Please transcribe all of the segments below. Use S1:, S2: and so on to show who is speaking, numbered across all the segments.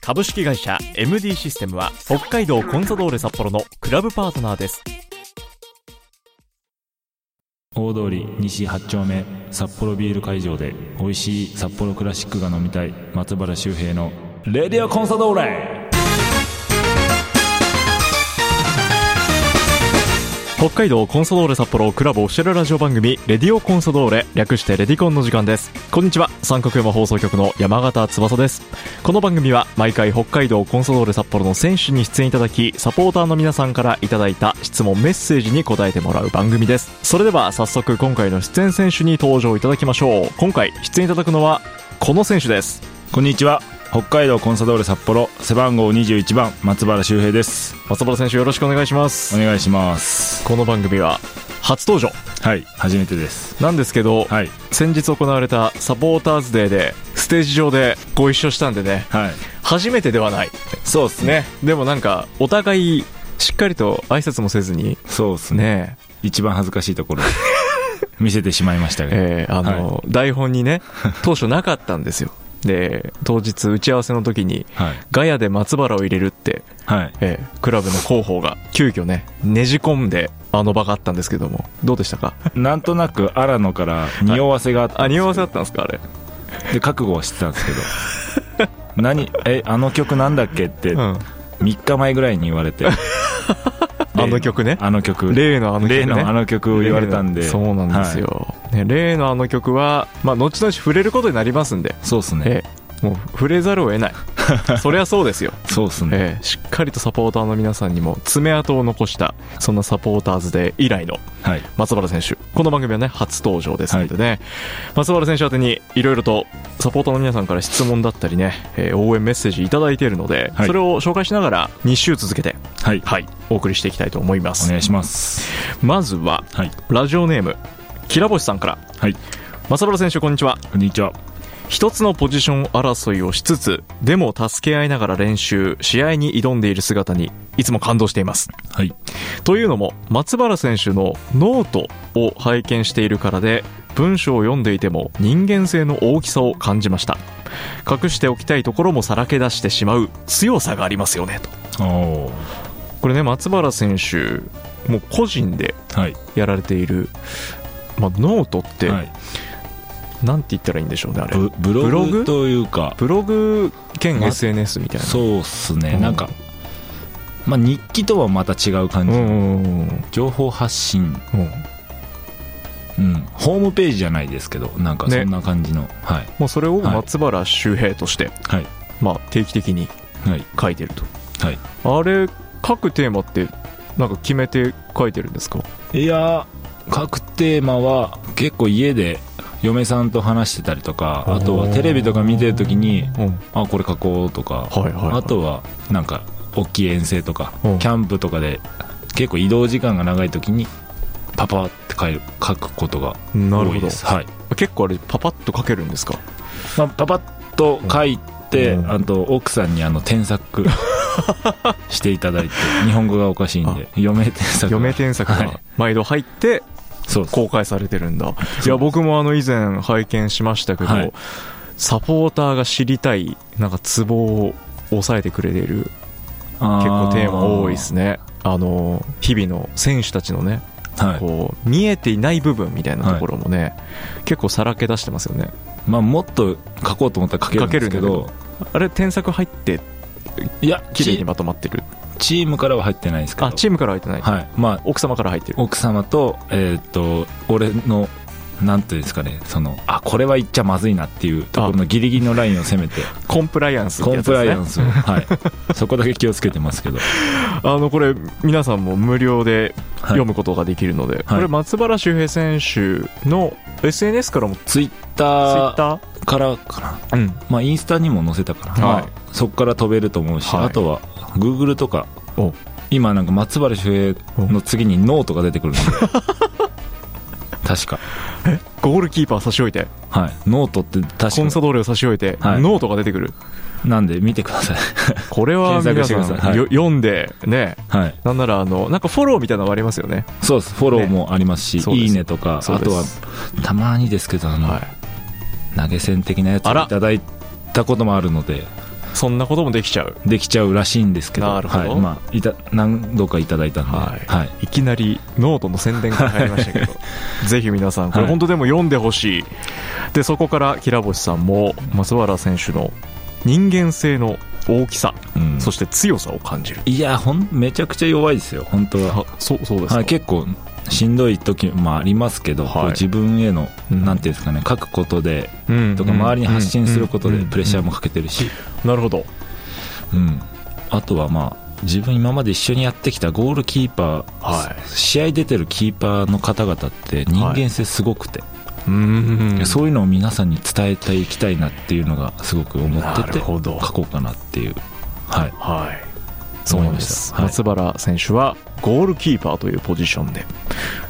S1: 株式会社 MD システムは北海道コンソドーレ札幌のクラブパートナーです。
S2: 大通り西8丁目札幌ビール会場で美味しい札幌クラシックが飲みたい松原周平の「レディオコンサドーレ
S1: 北海道コンソドーレ札幌クラブオフィシャルラジオ番組「レディオコンソドーレ」略して「レディコン」の時間ですこんにちは三角山放送局の山形翼ですこの番組は毎回北海道コンソドーレ札幌の選手に出演いただきサポーターの皆さんからいただいた質問メッセージに答えてもらう番組ですそれでは早速今回の出演選手に登場いただきましょう今回出演いただくのはこの選手です」
S2: こんにちは北海道コンサドーレ札幌背番号21番松原周平です
S1: 松原選手よろしくお願いします
S2: お願いします
S1: この番組は初登場
S2: はい初めてです
S1: なんですけど、
S2: はい
S1: 先日行われたサポーターズデーでステージ上でご一緒したんでね
S2: はい
S1: 初めてではない
S2: そうです
S1: ねでもなんかお互いしっかりと挨拶もせずに
S2: そうですね
S1: ね
S2: 一番恥ずかしいと ころ見せてしまいましたが、
S1: えーあの、台本に ね当初なかったんですよで当日打ち合わせの時に
S2: はい
S1: ガヤで松原を入れるって、
S2: はい
S1: えークラブの広報が急遽ねねじ込んであの場があったんですけどもどうでした か
S2: なんとなく荒野から匂わせがあった
S1: あ
S2: んです
S1: 匂
S2: よ
S1: わせだったんですかあれ
S2: で覚悟はしてたんですけど何 えあの曲なんだっけって、
S1: うん
S2: 3日前ぐらいに言わ れて
S1: あの曲ね
S2: あの曲
S1: 例のあの曲、ね、
S2: 例のあの曲を言われたんで
S1: そうなんです
S2: は
S1: よ、ね、例のあの曲は、まあ、後々触れることになりますんで、
S2: いそうっすね
S1: ええもう触れざるを 得ないそりゃそうですよ、
S2: そうっすね
S1: ええしっかりとサポーターの皆さんにも爪痕を残したそんなサポーターズで以来の
S2: はい
S1: 松原選手この番組はね初登場ですのでね、松原選手宛てにいろいろとサポーターの皆さんから質問だったりね、ええ応援メッセージ頂いただいているので、
S2: はい
S1: それを紹介しながら2週続けて、
S2: はい
S1: はい、お送りしていきたいと思いま
S2: お
S1: す
S2: 願いします
S1: まずは
S2: はい
S1: ラジオネームきらぼしさんから
S2: はい
S1: 松原選手こんにちは
S2: こんにちは
S1: 一つのポジション争いをしつつでも助け合いながら練習試合に挑んでいる姿にいつも感動しています
S2: はい
S1: というのも松原選手のノートを拝見しているからで文章を読んでいても人間性の大きさを感じました隠しておきたいところもさらけ出してしまう強さがありますよねと
S2: おお
S1: これね松原選手もう個人で
S2: はい
S1: やられている、まあ、ノートって、
S2: はい
S1: なんて言ったらいいんでしょうねあれ
S2: ブブ
S1: ブロ
S2: ロ
S1: グ
S2: グというか
S1: ブログ兼
S2: ま
S1: SNS みたいな
S2: そうっすね
S1: うん
S2: なんかまあ日記とはまた違う感
S1: うんう
S2: じ
S1: んうん
S2: 情報発信
S1: うん
S2: うんホームページじゃないですけどなんか
S1: ね
S2: そんな感じのはい
S1: もうそれを
S2: はい
S1: 松原周平として、
S2: はい
S1: まあ、定期的に
S2: はい
S1: 書いてると
S2: はい
S1: あれ各テーマってなんか決めて書いてるんですか
S2: いや各テーマは結構家で嫁さんと話してたりとか
S1: おー
S2: あとはテレビとか見てる時に
S1: うんは
S2: あこれ書こうとか
S1: いはい、はい、
S2: あとはなんか大きい遠征とかキ
S1: うん
S2: ャンプとかで結構移動時間が長い時にパパって書い書くことが
S1: なる
S2: 多
S1: ほ
S2: い
S1: ど
S2: です、はい
S1: 結構あれパパッと書けるんですか
S2: まあ、パパッと書いて
S1: うん
S2: あと奥さんにあの 添削していただいて日本語がおかしいんで嫁添削
S1: 余命添削
S2: は
S1: が
S2: い
S1: 毎度入って
S2: そうです
S1: 公開されてるんだいや僕もあの以前拝見しましたけど、
S2: はい
S1: サポーターが知りたいなんかツボを押さえてくれている
S2: 結
S1: 結構テーマ多いですねあの日々の選手たちのね
S2: はい
S1: こう見えていない部分みたいなところもね、結構さらけ出してますよね
S2: まあ、もっと書こうと思ったら書けるんですけ
S1: 書けるん
S2: ど
S1: あれ添削入って
S2: いや
S1: 綺麗に
S2: チ
S1: まとまってる
S2: チームからは入ってないですけど
S1: あチームから入ってない、
S2: はいまあ
S1: 奥様から入ってる
S2: 奥様とえーっと俺のなんていうんですかねそのあこれは言っちゃまずいなっていうところのギリギリのラインを 攻めて
S1: コンプライアンスって
S2: コ
S1: や
S2: ン
S1: つです
S2: プ
S1: ね
S2: ライ アンスを、はい、そこだけ気をつけてますけど、
S1: あのこれ皆さんも無料で
S2: はい
S1: 読、むことができるので、これ松原周平選手の SNS からもツ
S2: ツイッ
S1: イ
S2: タ
S1: ッ
S2: ー
S1: タ
S2: からかな、
S1: ーうん
S2: まあ、インスタにも載せたから、
S1: はい
S2: まあそこから飛べると思うし、
S1: はい
S2: あとは Google とか
S1: お
S2: 今なんか松原周平の次にノートが出てくる んで確か
S1: ゴールキーパー差し置いて
S2: はいノートって
S1: コン
S2: 確
S1: ソドーレを差し置いて、
S2: はい
S1: ノートが出てくる
S2: かなんで見てください
S1: これは皆
S2: 検
S1: さ
S2: 索
S1: ん
S2: してくださいはい
S1: よ読んでね
S2: はい
S1: なんならあのなんかフォローみたいなのもありますよね、
S2: そうですフォローもありますし、
S1: ねそうです
S2: いいねとかあと
S1: そうです
S2: はたまにですけどあの、
S1: はい、
S2: 投げ銭的なやつを
S1: あら
S2: いただいたこともあるので
S1: そんなこともできちゃう
S2: できちゃうらしいんですけど
S1: なるほど
S2: はいまあ、いた何度かいただいたので、は
S1: はいいいきなりノートの宣伝が入りましたけど ぜひ皆さんこれ
S2: はい
S1: 本当でも読んでほしい、でそこから平星さんも松原選手の人間性の大きさ、
S2: うん
S1: そして強さを感じる
S2: いやほんめちゃくちゃ弱いですよ本当は、
S1: あそうそうですか、
S2: はい、結構しんどい時もありますけど、
S1: はい
S2: こう自分への、
S1: うん
S2: なんていうんですかね書くことで
S1: うん
S2: とか周りに発信すること
S1: うん
S2: で
S1: うん
S2: プレッシャーもかけてるし、
S1: なるほど
S2: うん、あとはまあ自分今まで一緒にやってきたゴールキーパー、
S1: は
S2: 試合出てるキーパーの方々って人間性すごくて、
S1: うん
S2: そういうのを皆さんに伝えていきたいなっていうのがすごく思って
S1: なる
S2: て書
S1: ほど
S2: こうかなっていう、はい、
S1: はいそう
S2: 思
S1: な
S2: い
S1: ん
S2: ま
S1: で
S2: した
S1: す、
S2: はい
S1: 松原選手はゴールキーパーというポジションで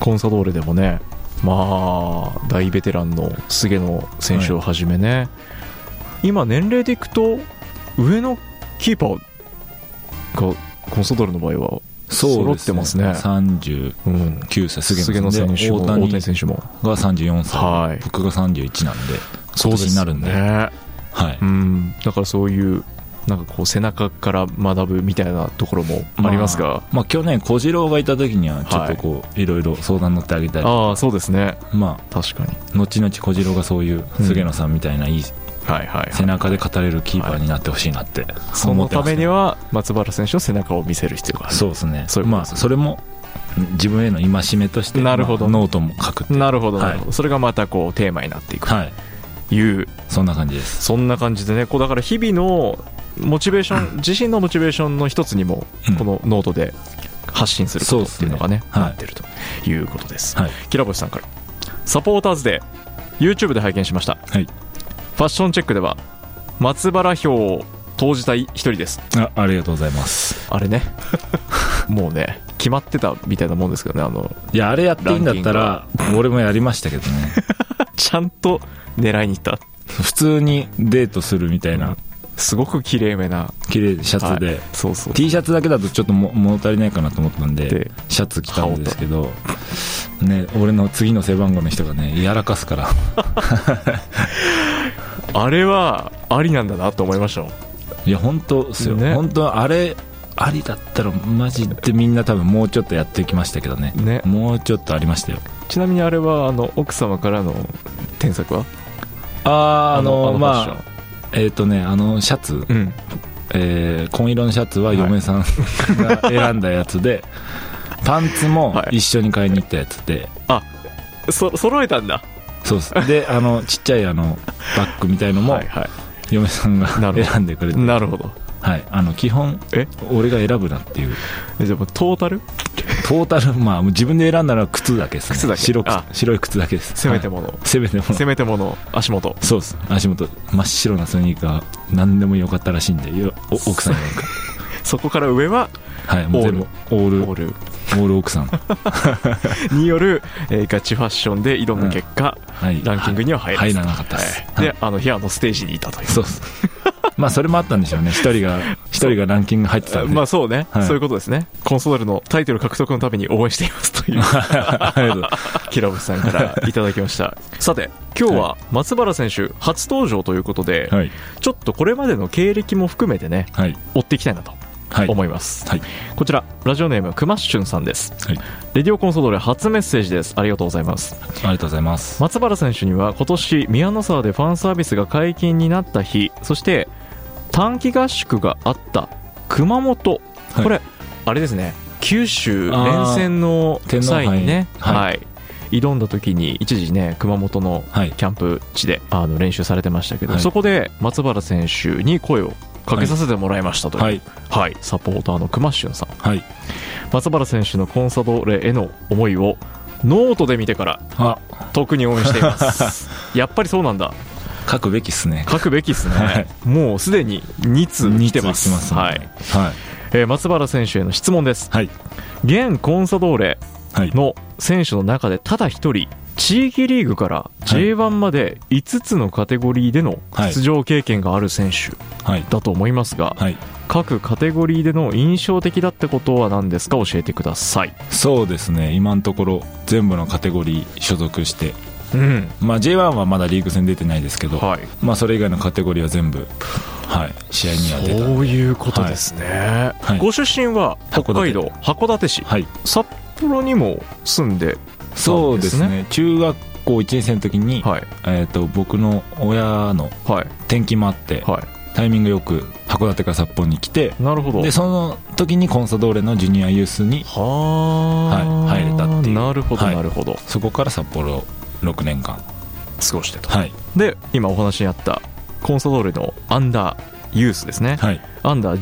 S1: コンサドーレでもねまあ大ベテランの菅野選手をはじめね、今年齢でいくと上のキーパーがコンサドーレの場合は揃ってますね
S2: 39
S1: うん、
S2: 歳
S1: 菅
S2: 菅野
S1: 野
S2: 選
S1: 選
S2: 手
S1: 手
S2: で
S1: も
S2: 大
S1: 大
S2: 谷
S1: 谷選手も
S2: が34歳、
S1: はい
S2: 僕が31なんで今年になるんで
S1: ね
S2: はい
S1: うん、だからそういうなんかこう背中から学ぶみたいなところもありますが、
S2: あまあ、去年小次郎がいた時にはちょっとこう、い、ろいろ相談乗ってあげたり
S1: ああそうですね
S2: ま
S1: 確かに
S2: あ後々小次郎がそういう
S1: うん
S2: 菅野さんみたいないい
S1: はいはい、はい
S2: 背中で語れるキーパーになってほしいなって思ってます、
S1: そのためには松原選手の背中を見せる必要があ
S2: そうですね
S1: そういうこ
S2: ま
S1: と
S2: あ
S1: ですね
S2: それも自分への戒めとして
S1: なるほど
S2: まあノートも書くって
S1: るなるほど
S2: はい
S1: なるほど、それがまたこうテーマになっていく
S2: はい
S1: という
S2: そんな感じです
S1: そんな感じでねこうだから日々のモチベーション、自身のモチベーションの一つにも
S2: うん
S1: このノートで発信すること
S2: そう
S1: っ
S2: です
S1: て
S2: ね
S1: いうのがね
S2: はい
S1: なってるということです、
S2: はい
S1: キラボシさんからサポーターズで YouTube で拝見しました
S2: はい
S1: ファッションチェックでは松原票を投じたい一人です
S2: あありがとうございます
S1: あれ ねもうね決まってたみたいなもんですけどねあの
S2: いやあれやっていいんだったら俺もやりましたけ どね
S1: ちゃんと狙いに行った
S2: 普通にデートするみたいな
S1: すごく綺麗めな
S2: 綺麗シャツで、
S1: はいそうそう
S2: T シャツだけだとちょっとも物足りないかなと思ったんで
S1: で
S2: シャツ着たんですけど、ね、俺の次の背番号の人がねやらかすから
S1: あれはありなんだなと思いましたもん
S2: いや本当っすよ、
S1: ね
S2: 本当あれありだったらマジでみんな多分もうちょっとやってきましたけどね
S1: ね
S2: もうちょっとありましたよ
S1: ちなみにあれはあの奥様からの添削は
S2: あああ
S1: ファッ
S2: の
S1: ション
S2: まあえっ、とねあのシャツ、
S1: うん
S2: えー紺色のシャツは
S1: はい
S2: 嫁さんが選んだや つでパンツも
S1: はい
S2: 一緒に買いに行ったやつで、
S1: あそ揃えたんだ
S2: そうですであのちっちゃいあのバッグみたいのも
S1: はいはい
S2: 嫁さんが
S1: なるほど
S2: 選んでくれて
S1: なるほど
S2: はい、あの基本
S1: え
S2: 俺が選ぶなっていう
S1: えじゃあもうトータル
S2: トータルまあもう自分で選んだのは靴だけですね
S1: 靴だけ
S2: 白く
S1: あ
S2: 白い靴だけです
S1: せめて
S2: も、
S1: もの、
S2: はいせめても
S1: せめてもの足元
S2: そうです足元真っ白なスニーカー何でもよかったらしいんでよお奥さんになんか
S1: そこから上は
S2: はいもう全部オール
S1: オール
S2: オール奥さんは
S1: による、えーガチファッションで挑む結果、
S2: い
S1: ランキングには入ら
S2: 入
S1: ず
S2: らなかったです、
S1: はい
S2: はい
S1: であの平野ステージにいたという
S2: そうっす まあそれもあったんでしょうね一人が一人がランキング入ってたんで
S1: まあそうね、
S2: はい
S1: そういうことですねコンソールのタイトル獲得のために応援していますという
S2: ありがとうございます
S1: キラブさんからいただきましたさて今日は松原選手初登場ということで、
S2: はい
S1: ちょっとこれまでの経歴も含めてね
S2: はい
S1: 追っていきたいなと
S2: はい
S1: 思います、
S2: はい
S1: こちらラジオネームくまっしゅんさんです
S2: はい
S1: レディオコンソドーレ初メッセージですありがとうございます
S2: ありがとうございます
S1: 松原選手には今年宮の沢でファンサービスが解禁になった日そして短期合宿があった熊本、
S2: はい
S1: これあれですね九州
S2: あー
S1: 連戦の
S2: 天皇杯
S1: 際にね
S2: はい
S1: はい挑んだ時に一時ね熊本の
S2: はい
S1: キャンプ地であの練習されてましたけど、
S2: はい
S1: そこで松原選手に声をかけさせてもらいましたという、
S2: は
S1: はい
S2: い
S1: サポーターの熊俊さん
S2: はい
S1: 松原選手のコンサドレへの思いをノートで見てから
S2: あ
S1: 特に応援しています やっぱりそうなんだ
S2: 書くべきっすね
S1: 書くべきですね、
S2: はい
S1: もうすでに2通来てます
S2: 来てますもん
S1: は
S2: ね
S1: い、
S2: はい
S1: えー松原選手への質問です
S2: はい
S1: 現コンサドーレ
S2: はい
S1: の選手の中でただ一人地域リーグから J1 まで5つのカテゴリーでの
S2: はい
S1: 出場経験がある選手
S2: はい
S1: だと思いますが、
S2: はい
S1: 各カテゴリーでの印象的だってことは何ですか教えてください
S2: そうですね今のところ全部のカテゴリー所属して
S1: うん
S2: まあ J1 はまだリーグ戦出てないですけど、
S1: はい
S2: まあそれ以外のカテゴリーは全部はい試合には出た
S1: そういうことですね、
S2: はい
S1: ご出身は北海道函館市、
S2: はい
S1: 札幌にも住んで
S2: そうですね中学校1年生の時に、
S1: はい
S2: えー、と僕の親の
S1: はい
S2: 転勤もあって、
S1: は
S2: タイミングよく函館から札幌に来て
S1: いなるほど
S2: でその時にコンサドーレのジュニアユースに
S1: はあ、
S2: はい入れたっていう
S1: なるほど
S2: はい
S1: なるほど、
S2: そこから札幌6年間
S1: 過ごしてと
S2: はい
S1: で今お話にあったコンサドーレのアンダーユースですね、
S2: はい
S1: アンダー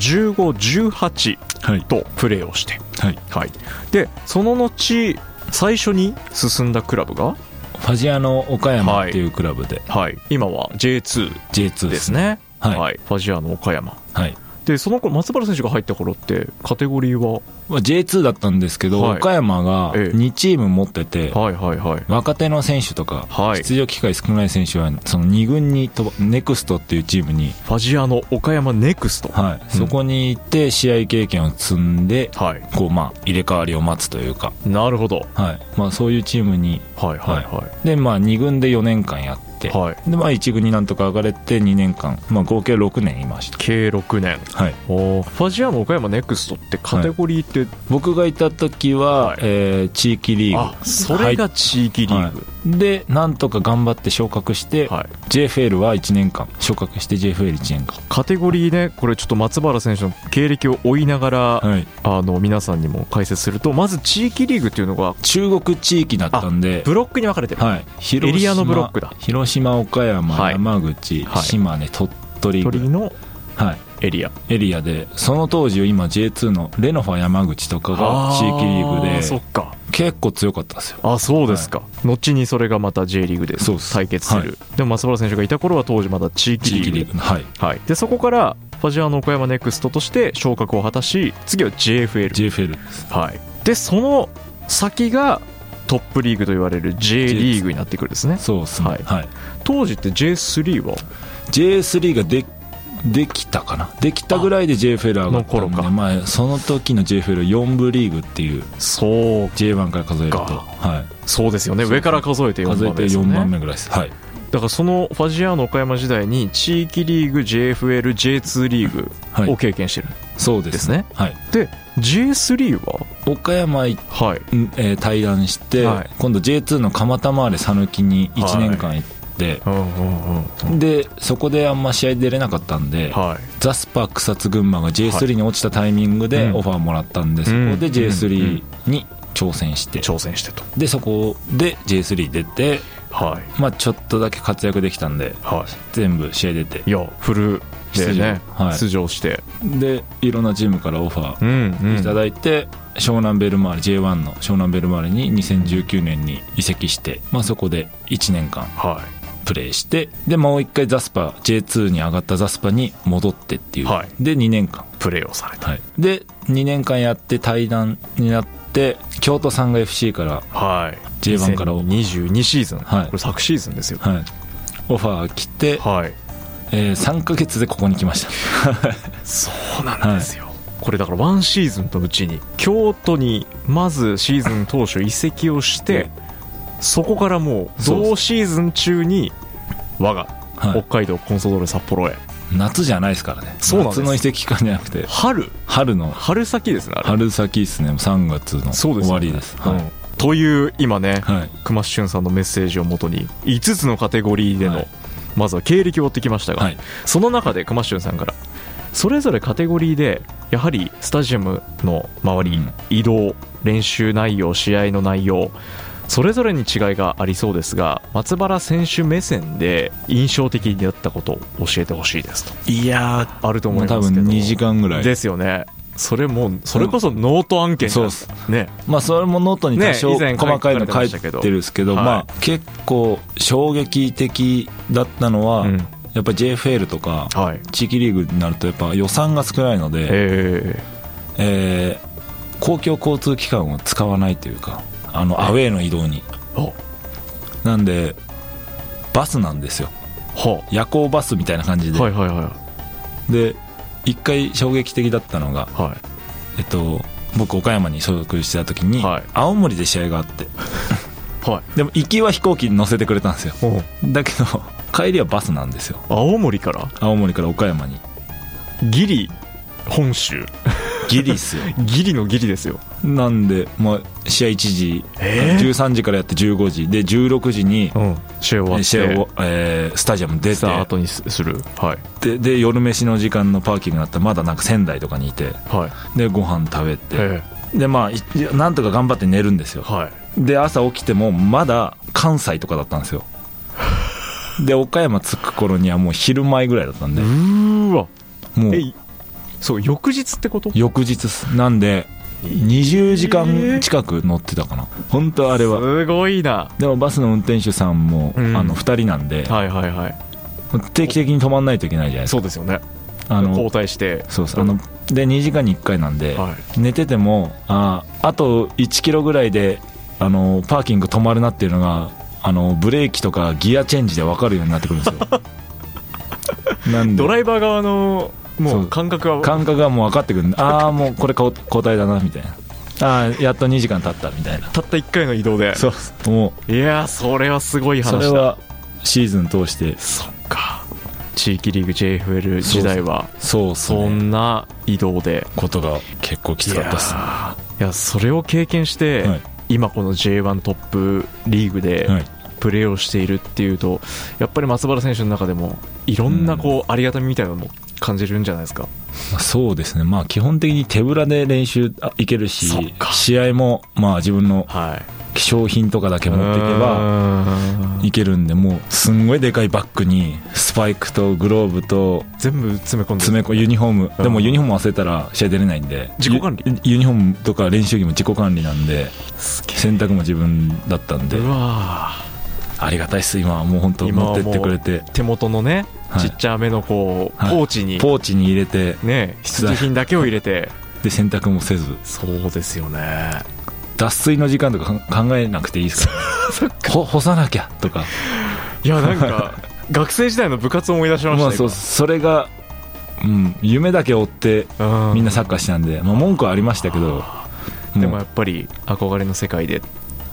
S1: 1518
S2: はい
S1: とプレーをして、
S2: はい
S1: はい、でその後最初に進んだクラブが、
S2: ファジアの岡山っていうクラブで
S1: はい、今は J2
S2: J2
S1: で
S2: です
S1: す
S2: ね
S1: ね
S2: はい
S1: ファジアの岡山
S2: はい
S1: でその頃松原選手が入った頃ってカテゴリーは
S2: まあ J2 だったんですけど、
S1: はい
S2: 岡山が
S1: ええ
S2: 2チーム持ってて、
S1: はいはいはい
S2: 若手の選手とか、
S1: はい
S2: 出場機会少ない選手はその2軍にとネクストっていうチームに、
S1: ファジアの岡山ネクストは
S2: はいそこに行って試合経験を積んで、
S1: い
S2: こうまあ入れ替わりを待つというか、
S1: なるほど
S2: はいまあ、そういうチームに
S1: はいはいは
S2: で、まあ、2軍で4年間やって、
S1: いはい
S2: でまあ、1軍になんとか上がれて2年間、まあ、合計6年いました、
S1: 計6年
S2: はい、
S1: おーファジアの岡山ネクストってカテゴリーって、
S2: 僕がいた時は、
S1: はい
S2: えー地域リーグ
S1: あそれが地域リーグ
S2: はいでなんとか頑張って昇格して、
S1: はい、
S2: JFL は1年間昇格して JFL1 年間
S1: カテゴリーねこれちょっと松原選手の経歴を追いながら、
S2: はい
S1: あの皆さんにも解説するとまず地域リーグっていうのが
S2: 中国地域だったんで
S1: ブロックに分かれてる、
S2: はい、広島
S1: エリアのブロックだ
S2: 広島岡山、
S1: はい
S2: 山口、
S1: はい
S2: 島根鳥取ぐらい
S1: 鳥の
S2: は
S1: エリア
S2: い、エリアでその当時今 J2 のレノファ山口とかが地域リーグ
S1: あ
S2: で
S1: そっか
S2: 結構強かったですよ
S1: あそうですか、後にそれがまた J リーグで
S2: そうです
S1: 対決するで,、も松原選手がいた頃は当時まだ地域
S2: 地
S1: リー
S2: 域
S1: グ
S2: リーグのはい
S1: はい、でそこからファジアの岡山ネクストとして昇格を果たし次は JFL、
S2: JFL です
S1: はい、でその先がトップリーグと言われる J リーグになってくるんですね
S2: そうですね
S1: は
S2: はいい、
S1: 当時って J3 は
S2: J3 がでできたかなできたぐらいで JFL 上がった
S1: あの
S2: ん
S1: 頃
S2: で
S1: か
S2: まあ、その時の JFL4 部リーグっていう
S1: そう
S2: J1 から数えると、
S1: か
S2: は
S1: そうですよね
S2: そう
S1: 上から数えて
S2: い、
S1: 4番
S2: 数え
S1: 目
S2: て
S1: ですよ
S2: 4
S1: ね
S2: 番目ぐらいです、はい、
S1: だからそのファジアの岡山時代に地域リーグ JFLJ2 リーグ
S2: はい
S1: を経験してる、
S2: そうです
S1: ですね
S2: はい、
S1: で J3 は岡
S2: 岡山行っ
S1: はい
S2: んえー対談して、
S1: はい
S2: 今度 J2 の蒲田回れ讃岐に1年間行って、
S1: うんうんうん
S2: でそこであんま試合出れなかったんで、
S1: は
S2: ザスパ草津群馬が J3 に落ちたタイミング
S1: はい
S2: で
S1: うん
S2: オファーもらったんで、そこで
S1: うんうん
S2: J3 に挑戦して、
S1: い挑戦してと
S2: でそこで J3 出て、
S1: はい
S2: まあ、ちょっとだけ活躍できたんで
S1: は
S2: 全部試合出て
S1: いいやフルでね
S2: 出場はい
S1: 出場して
S2: でいろんなチームからオファー
S1: うん
S2: いただいて、湘南ベルマーレ J1 の湘南ベルマーレに2019年に移籍して、まあ、そこで1年間
S1: は
S2: プレーしてでもう一回ザスパ J2 に上がったザスパに戻ってっていう、
S1: はい
S2: で2年間、
S1: いプレーをされた
S2: はい、で2年間やって対談になって京都サンガ FC から、
S1: はい
S2: J1 から
S1: 22シーズン、
S2: はい
S1: これ昨シーズンですよ
S2: はい、オファー来て、
S1: はい
S2: え3ヶ月でここに来ました
S1: そうなんですよ、これだからワンシーズンのうちに京都にまずシーズン当初移籍をしてそこからもう
S2: そうです
S1: 同シーズン中に我が
S2: は
S1: 北
S2: い
S1: 海道コンソドーレ札幌へ
S2: 夏じゃないですからね
S1: そうなんです
S2: 夏の移籍期間じゃなくて
S1: 春
S2: 春の
S1: 春先ですねあれ
S2: 春先ですね3月の
S1: そうで
S2: 終
S1: すよ
S2: わ
S1: ね
S2: りです
S1: う
S2: はい
S1: んという今ね
S2: はい
S1: 熊須俊さんのメッセージをもとに5つのカテゴリーでの、
S2: はい
S1: まずは経歴を追ってきましたが、
S2: はい
S1: その中で熊俊さんからそれぞれカテゴリーでやはりスタジアムの周り、
S2: うん
S1: 移動練習内容試合の内容それぞれに違いがありそうですが松原選手目線で印象的だったことを教えてほしいですと
S2: いや
S1: あると思
S2: もう
S1: い
S2: 多
S1: ます
S2: 分
S1: けど
S2: 2時間ぐらい
S1: ですよねそれもそれこそノート案件じゃない
S2: そう
S1: ね
S2: まあそれもノートに
S1: ね
S2: 多少
S1: 以前
S2: 細
S1: 書い
S2: かいの書い
S1: 書かれてました
S2: て
S1: け
S2: る
S1: ど
S2: んですけど、
S1: はい
S2: まあ結構衝撃的だったのは、
S1: うん
S2: やっぱ JFL とか
S1: はい
S2: 地域リーグになるとやっぱ予算が少ないので
S1: え
S2: えー公共交通機関を使わないというかあのアウェーの移動に
S1: お
S2: なんでバスなんですよ
S1: は
S2: 夜行バスみたいな感じで、
S1: あはいはいはい
S2: で一回衝撃的だったのが
S1: は
S2: えっと僕岡山に所属してた時に、
S1: はい
S2: 青森で試合があって
S1: いはい
S2: でも行きは飛行機に乗せてくれたんですよ
S1: お
S2: だけど帰りはバスなんですよ
S1: 青森から
S2: 青森から岡山に
S1: ギリ本州
S2: ギリっすよ
S1: ギリのギリですよ
S2: なんで、まあ、試合1時、
S1: えー
S2: 13時からやって15時で16時に
S1: うん試合終わって
S2: 試合を、えースタジアム出
S1: スター
S2: て
S1: トにすするはい
S2: でで夜飯の時間のパーキングになったらまだなんか仙台とかにいて
S1: はい
S2: でご飯食べて
S1: え
S2: でまあいなんとか頑張って寝るんですよ
S1: えはい
S2: で朝起きてもまだ関西とかだったんですよで岡山着く頃にはもう昼前ぐらいだったんで
S1: うーわ
S2: もう
S1: えいそう翌日ってこと
S2: 翌日っすなんで20時間近く乗ってたかな本当あれは
S1: すごいな
S2: でもバスの運転手さんも、
S1: うん
S2: あの2人なんで、
S1: はいはいはい
S2: 定期的に止まんないといけないじゃないです
S1: そ
S2: か
S1: うですよね
S2: あ
S1: 交
S2: の
S1: 代して
S2: そうそうあので2時間に1回なんで、
S1: は
S2: 寝ててもああと1キロぐらいであのパーキング止まるなっていうのがあのブレーキとかギアチェンジで分かるようになってくるんで すよなんで
S1: ドライバー側のも
S2: そうう
S1: 感覚は
S2: 感覚がもう分かってくるんでああもうこれ交交代だなみたいなああやっと2時間経ったみたいな
S1: たった1回の移動で
S2: そうも
S1: いやーそれはすごいう
S2: そ
S1: 話だ
S2: れはシーズン通して
S1: そっか地域リーグ JFL 時代は
S2: そうそ
S1: そ
S2: うん
S1: な移動で
S2: ことが結構きつかったっす
S1: いやそれを経験して、
S2: はい
S1: 今この J1 トップリーグで
S2: はい
S1: プレーをしているっていうとやっぱり松原選手の中でもいろんなこうありがたみみたいなのも感じるんじゃないですか、
S2: そうですね、まあ、基本的に手ぶらで練習あいけるし
S1: そっか、
S2: 試合も、まあ、自分の
S1: はい
S2: 希少品とかだけ持っていけば
S1: うーん
S2: いけるんで、もう、すんごいでかいバッグに、スパイクとグローブと、
S1: 全部詰め込んで
S2: 詰め込ユニフォーム、
S1: うん
S2: でもユニフォーム忘れたら試合出れないんで、
S1: 自己管理
S2: ユユニフォームとか練習着も自己管理なんで、洗濯も自分だったんで
S1: う、わー
S2: ありがたいっす、今はもう本当、
S1: 今は
S2: 持っ
S1: もう
S2: てってくれて、
S1: 手元のね、
S2: はい
S1: ちっちゃめのこう、
S2: はい
S1: ポーチに
S2: ポーチに入れて、
S1: ね必需品だけを入れ て
S2: で洗濯もせず、
S1: そうですよね
S2: 脱水の時間とかかん考えなくていいで すから、ほ干さなきゃとか。
S1: いやなん か学生時代の部活を思い出しました
S2: まあそうそれが、うん、夢だけ追って
S1: う
S2: みんなサッカーしてたんで、まあ、文句はありましたけど
S1: でも
S2: う
S1: やっぱり憧れの世界でっ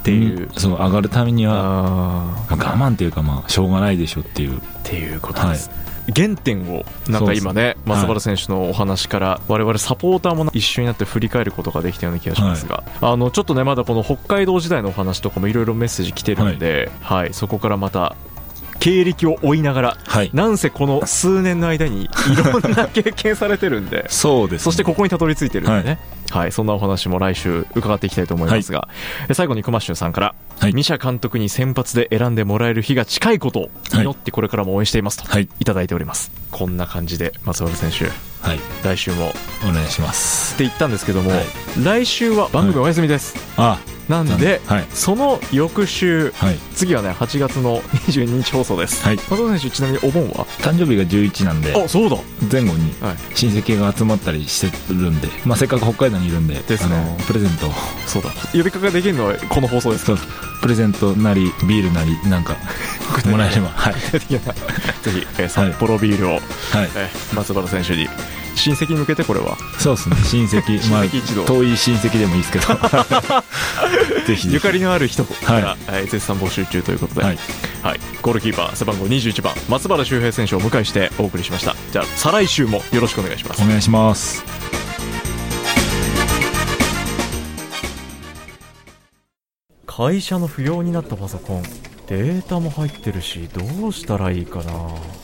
S1: ていう、
S2: うんそう上がるためには、
S1: あ
S2: まあ我慢というかまあしょうがないでしょっていう
S1: ーっていうことです、原点をなん
S2: そ
S1: か
S2: うです
S1: 今ね松原選手のお話から我々サポーターも一緒になって振り返ることができたような気がしますが、あのちょっとねまだこの北海道時代のお話とかもいろいろメッセージ来てるんで、はいそこからまた経歴を追いながら
S2: はい
S1: なんせこの数年の間にいろんな経験されてるんで
S2: そうですね、
S1: そしてここにたどり着いてるんでね、はいそんなお話も来週伺っていきたいと思いますが、え最後に熊柊さんから、
S2: はい
S1: ミシャ監督に先発で選んでもらえる日が近いことを祈ってこれからも応援していますと、
S2: はいい、
S1: ただいておりますこんな感じで松原選手
S2: はい
S1: 来週もっ
S2: お願いします
S1: て言ったんですけども、
S2: はい
S1: 来週は番組お休みです、
S2: あ
S1: なんで、
S2: はい
S1: その翌週
S2: はい
S1: 次はね8月の22日放送です、
S2: はい
S1: 松原選手ちなみにお盆は
S2: 誕生日が11なんで
S1: あそうだ
S2: 前後に
S1: はい
S2: 親戚が集まったりしてるんで、まあ、せっかく北海道にいるんで
S1: ですね
S2: あのプレゼントを
S1: そうだ呼びかけができるのはこの放送です
S2: そうプレゼントなりビールなりなん かもらえればはい、
S1: ぜひ、えー札幌ビールを、
S2: はい、
S1: えー松原選手に親戚に向けてこれは
S2: そうですね親戚
S1: 親戚一同
S2: まあ、遠い親戚でもいいです けど ぜひぜ
S1: ゆ
S2: ひ
S1: かりのある人から、
S2: は
S1: えー絶賛募集中ということで、は
S2: はいい
S1: ゴールキーパー背番号21番松原修平選手をお迎えしてお送りしましたじゃあ再来週もよろしくお願いします
S2: お願いします
S1: 会社の不要になったパソコンデータも入ってるしどうしたらいいかな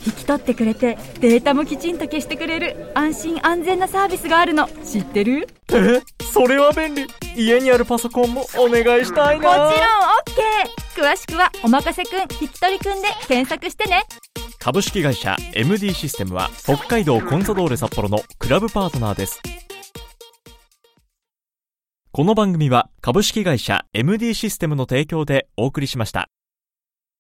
S3: 引き取ってくれてデータもきちんと消してくれる安心安全なサービスがあるの知ってる
S1: えそれは便利家にあるパソコンもお願いしたい
S3: もちろん
S1: な
S3: OK 詳しくは「おまかせくん引き取りくん」で検索してね
S1: 株式会社 MD システムは北海道コンサドーレ札幌のクラブパートナーですこの番組は株式会社 MD システムの提供でお送りしました